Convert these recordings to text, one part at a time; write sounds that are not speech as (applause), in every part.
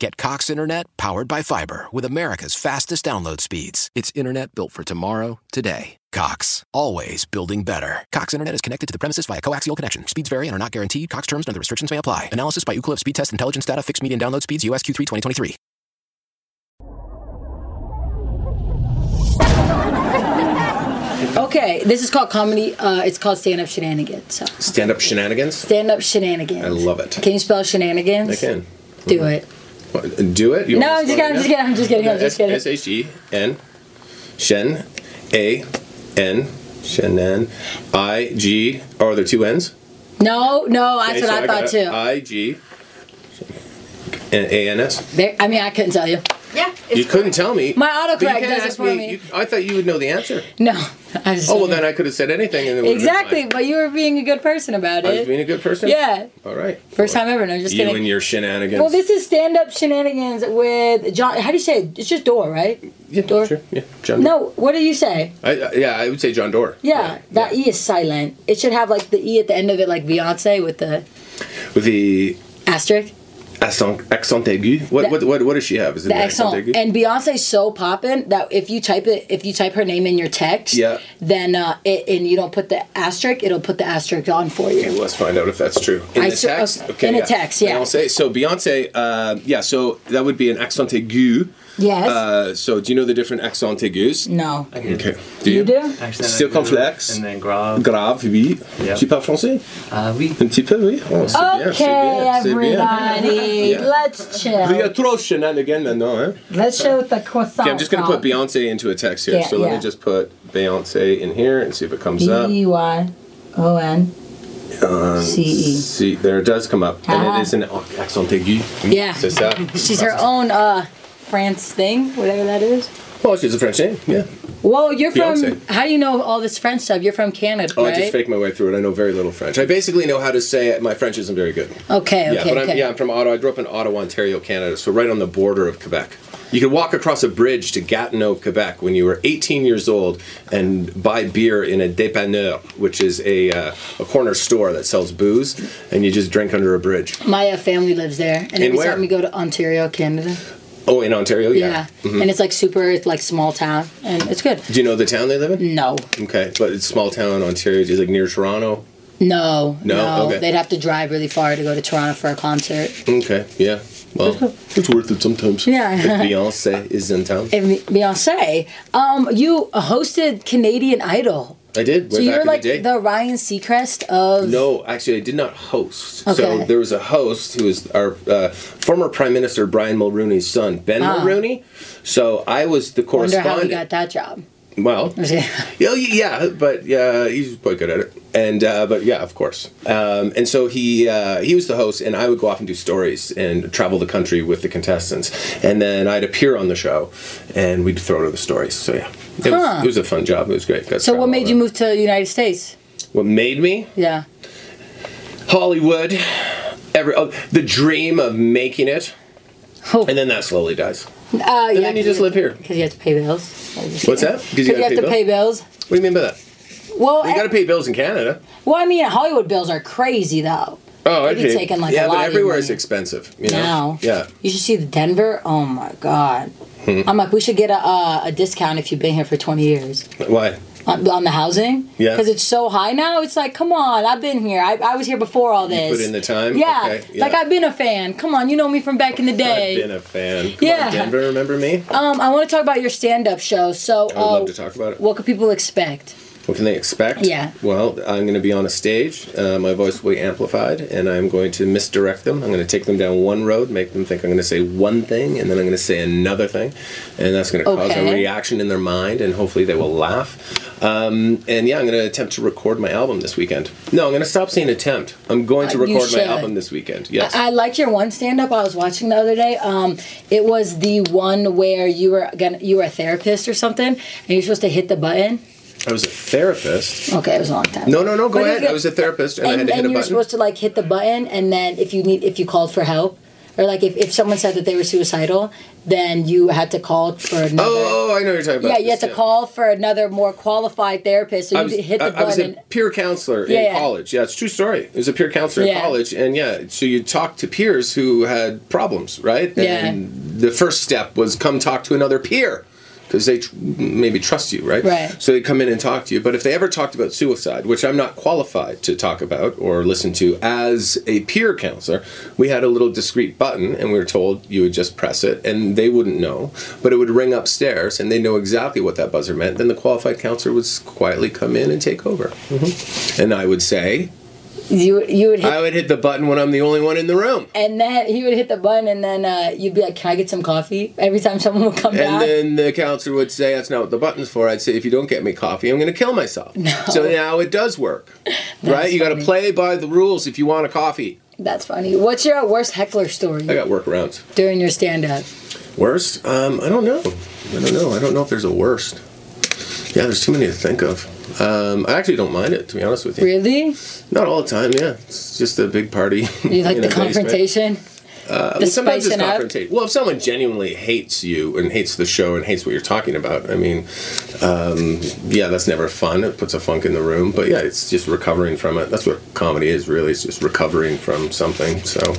Get Cox Internet powered by fiber with America's fastest download speeds. It's internet built for tomorrow, today. Cox, always building better. Cox Internet is connected to the premises via coaxial connection. Speeds vary and are not guaranteed. Cox terms and other restrictions may apply. Analysis by Ookla of Speed Test Intelligence Data. Fixed median download speeds. USQ3 2023. Okay, this is called comedy. Uh, it's called stand up shenanigans. So. Stand up shenanigans? Stand up shenanigans. I love it. Can you spell shenanigans? I can. Do it. What, do it? You No, want me to I'm just spell kidding, I'm just kidding, I'm just kidding, I'm S H E N, Shen, A, N, Shenan, I, G. Oh, are there two N's? No, no, that's Okay, what so I, got thought it. too. I, G, and A, N, S. There- I mean, I couldn't tell you. Yeah. You couldn't tell me. My But you autocorrect can't does it ask for me. you- I thought you would know the answer. No, (laughs) I just. Oh, well, then I could have said anything and it would exactly, but you were being a good person about I was it. being a good person? yeah, All right. first time ever. No, just You kidding. and your shenanigans. well, this is stand up shenanigans with John. How do you say it? It's just door, right? yeah, Dor- sure. Yeah, John. Doerr. No, what do you say? I, I- yeah, I would say John Doerr. Yeah, that E is silent. It should have like the E at the end of it, like Beyonce with the With the asterisk. accent, accent aigu. What, The- what, what, what does she have? Is it the accent. And Beyonce's so poppin' that if you type it, if you type her name in your text, Yeah. then uh, it, and you don't put the asterisk, it'll put the asterisk on for Okay, you. let's find out if that's true. In I the sur- text? okay, in the text, yeah. Beyonce. So Beyonce, uh, yeah, so that would be an accent aigu. Yes. Uh, so do you know the different accent aigus? no. Okay. You do? Circonflexe. And then grave. Grave, oui. Yeah. Tu parles français? Ah oui. Un petit peu, oui. Oh, c'est bien, c'est Okay, bien, c'est bien. everybody, Yeah. let's Il y a chill. trop de shenanigans maintenant, hein? Let's show with the croissant. Okay, I'm just going to put Beyonce into a text here. Yeah, so let yeah. me just put Beyonce in here and see if it comes up. B E Y O N C E. See, there it does come up. And Ah. it is an accent aigu. Mm, Yeah. C'est ça. She's her own uh, France thing, whatever that is. Well, she's a Oh, French name, yeah. Whoa, you're from? Beyonce. How do you know all this French stuff? You're from Canada, Oh, right? I just faked my way through it. I know very little French. I basically know how to say it. My French isn't very good. okay, okay, yeah, but okay. I'm, yeah, I'm from Ottawa. I grew up in Ottawa, Ontario, Canada, so right on the border of Quebec. You could walk across a bridge to Gatineau, Quebec, when you were 18 years old, and buy beer in a dépanneur, which is a uh, a corner store that sells booze, and you just drink under a bridge. My uh, family lives there, and every where? time we go to Ontario, Canada, Oh, in Ontario, yeah. Mm-hmm. yeah, and it's like super, it's like small town, and it's good. Do you know the town they live in? No, Okay, but it's small town Ontario. Is it like near Toronto? no, No? Okay. They'd have to drive really far to go to Toronto for a concert. Okay, yeah. Well, it's worth it sometimes. Yeah. If Beyonce is in town. And Be- Beyonce, um, you hosted Canadian Idol, I did. so Way back you're in like the day. the, Ryan Seacrest of No, actually, I did not host. Okay. So there was a host who was our uh, former Prime Minister Brian Mulrooney's son, Ben Mulrooney. So I was the Ah. Wonder how he got correspondent. that job. (laughs) Well, yeah, yeah, but yeah, he's quite good at it. And uh, but yeah, of course. Um, and so he uh, he was the host, and I would go off and do stories and travel the country with the contestants, and then I'd appear on the show, and we'd throw to the stories. So yeah, Huh. it, was, it was a fun job. It was great. Got to so travel what made all you that. move to the United States? What made me? Yeah, Hollywood, every oh, the dream of making it, Oh. and then that slowly dies. uh, yeah. And then you just live here. because you have to pay bills. What's that? Because Because you have to pay bills. What do you mean by that? Well, You got to pay bills in Canada. well, I mean, Hollywood bills are crazy though. Oh, They'd be okay. taking, like, a yeah, lot but of everywhere money. is expensive. You know? now. Yeah. Hmm. You should see the Denver. Oh my God. I'm like, we should get a, uh, a discount if you've been here for 20 years Why? on, on the housing. Yeah. Because it's so high now. It's like, come on, I've been here. I, I was here before all this. Put in the time. yeah. Okay, Like, I've been a fan. Come on, you know me from back in the I've day. been a fan. Come Yeah. On, Denver, remember me? um, I want to talk about your stand up show. So, I would uh, love to talk about it. what could people expect? What can they expect? Yeah. Well, I'm going to be on a stage. Uh, my voice will be amplified, and I'm going to misdirect them. I'm going to take them down one road, make them think I'm going to say one thing, and then I'm going to say another thing, and that's going to cause a Okay. reaction in their mind, and hopefully they will laugh. Um, and yeah, I'm going to attempt to record my album this weekend. No, I'm going to stop saying attempt. I'm going to Uh, you record my should. album this weekend. Yes. I liked your one stand up I was watching the other day. Um, it was the one where you were gonna, you were a therapist or something, and you're supposed to hit the button. I was a therapist. Okay, it was a long time. No, no, no. But Go you ahead. get- I was a therapist, and, I and, had to and hit a you were button. supposed to like hit the button and then if you need if you called for help or like if, if someone said that they were suicidal then you had to call for another oh, oh, I know what you're talking about. yeah you this, had to call for another more qualified therapist so I you was, hit the I, button I was a peer counselor Yeah, in yeah. college. Yeah, it's a true story. I was a peer counselor in Yeah. college, and yeah, so you talk to peers who had problems, right? Yeah. And the first step was come talk to another peer because they tr- maybe trust you, right? Right. So they come in and talk to you. But if they ever talked about suicide, which I'm not qualified to talk about or listen to as a peer counselor, we had a little discreet button and we were told you would just press it and they wouldn't know, but it would ring upstairs and they know exactly what that buzzer meant. Then the qualified counselor would s- quietly come in and take over. And I would say, you, you would hit I would hit the button when I'm the only one in the room. and then he would hit the button and then uh, you'd be like can i get some coffee every time someone would come And down then the counselor would say, That's not what the button's for. I'd say, If you don't get me coffee, I'm going to kill myself. So now it (laughs) does work. right? You got to funny. play by the rules if you want a coffee. that's funny what's your worst heckler story I got workarounds. during your stand-up Worst? Um, I don't know. I don't know. I don't know if there's a worst. Yeah, there's too many to think of. Um, I actually don't mind it, to be honest with you. really Not all the time, yeah. It's just a big party. you like (laughs) in the a basement. confrontation I the mean, Uh, sometimes it's spicing up confrontation. Well, if someone genuinely hates you and hates the show and hates what you're talking about, I mean, um, yeah, that's never fun. It puts a funk in the room. But yeah, it's just recovering from it. That's what comedy is, really. It's just recovering from something. So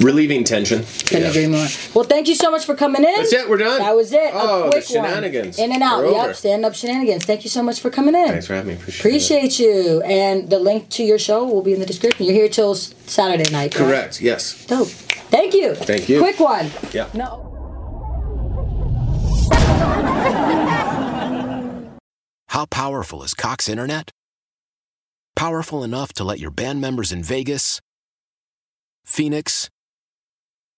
relieving tension. Couldn't Yeah. agree more. Well, thank you so much for coming in. That's it, we're done. That was it. Oh, a the quick shenanigans. One. In and out. We're over. Yep. Stand up shenanigans. Thank you so much for coming in. Thanks for having me. Appreciate, it. Appreciate you. And the link to your show will be in the description. You're here till s- Saturday night. right? Correct. Yes. Dope. Thank you. Thank you. Quick one. Yeah. No. How powerful is Cox Internet? Powerful enough to let your band members in Vegas, Phoenix,